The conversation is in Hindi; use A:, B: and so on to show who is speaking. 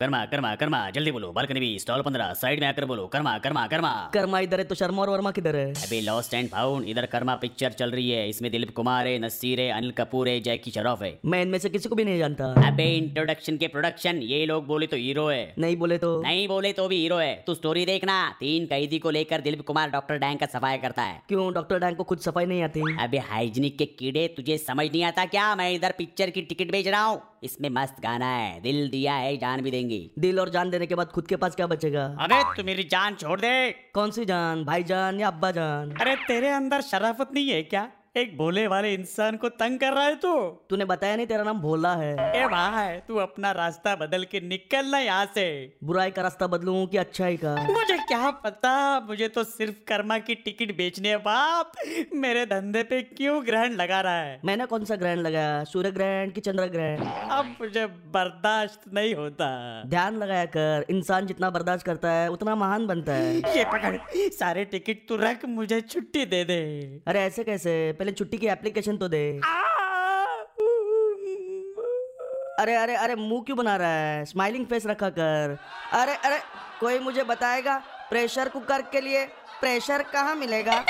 A: कर्मा कर्मा कर्मा जल्दी बोलो बालकनी भी स्टॉल पंद्रह साइड में आकर बोलो कर्मा कर्मा कर्मा
B: कर्मा इधर है तो शर्मा और वर्मा किधर है
A: अभी लॉस्ट एंड फाउंड इधर कर्मा पिक्चर चल रही है इसमें दिलीप कुमार है नसीर है अनिल कपूर है जैकी शरॉफ है
B: मैं इनमें से किसी को भी नहीं जानता
A: अबे इंट्रोडक्शन के प्रोडक्शन ये लोग बोले तो हीरो है
B: नहीं बोले तो
A: नहीं बोले तो भी हीरो है तू स्टोरी देखना तीन कैदी को लेकर दिलीप कुमार डॉक्टर डैंग का सफाया करता है
B: क्यों डॉक्टर डैंग को खुद सफाई नहीं आती
A: अबे हाइजीनिक के कीड़े तुझे समझ नहीं आता क्या मैं इधर पिक्चर की टिकट बेच रहा हूँ इसमें मस्त गाना है दिल दिया है जान भी देंगी
B: दिल और जान देने के बाद खुद के पास क्या बचेगा
A: अबे तू मेरी जान छोड़ दे
B: कौन सी जान भाईजान या अब्बा जान
C: अरे तेरे अंदर शराफत नहीं है क्या एक भोले वाले इंसान को तंग कर रहा है तू
B: तूने बताया नहीं तेरा नाम भोला है
C: ए भाई तू अपना रास्ता बदल के निकल ना यहाँ से
B: बुराई का रास्ता बदलूं कि अच्छाई का
C: मुझे क्या पता मुझे तो सिर्फ कर्मा की टिकट बेचने है बाप मेरे धंधे पे क्यों ग्रहण लगा रहा है
B: मैंने कौन सा ग्रहण लगाया सूर्य ग्रहण कि चंद्र ग्रहण
C: अब मुझे बर्दाश्त नहीं होता
B: ध्यान लगाया कर इंसान जितना बर्दाश्त करता है उतना महान बनता है
C: ये पकड़ सारे टिकट तू रख मुझे छुट्टी दे दे
B: अरे ऐसे कैसे पहले छुट्टी की एप्लीकेशन तो दे
C: आ, उम्म।
B: अरे अरे अरे मुंह क्यों बना रहा है स्माइलिंग फेस रखा कर अरे अरे कोई मुझे बताएगा प्रेशर कुकर के लिए प्रेशर कहाँ मिलेगा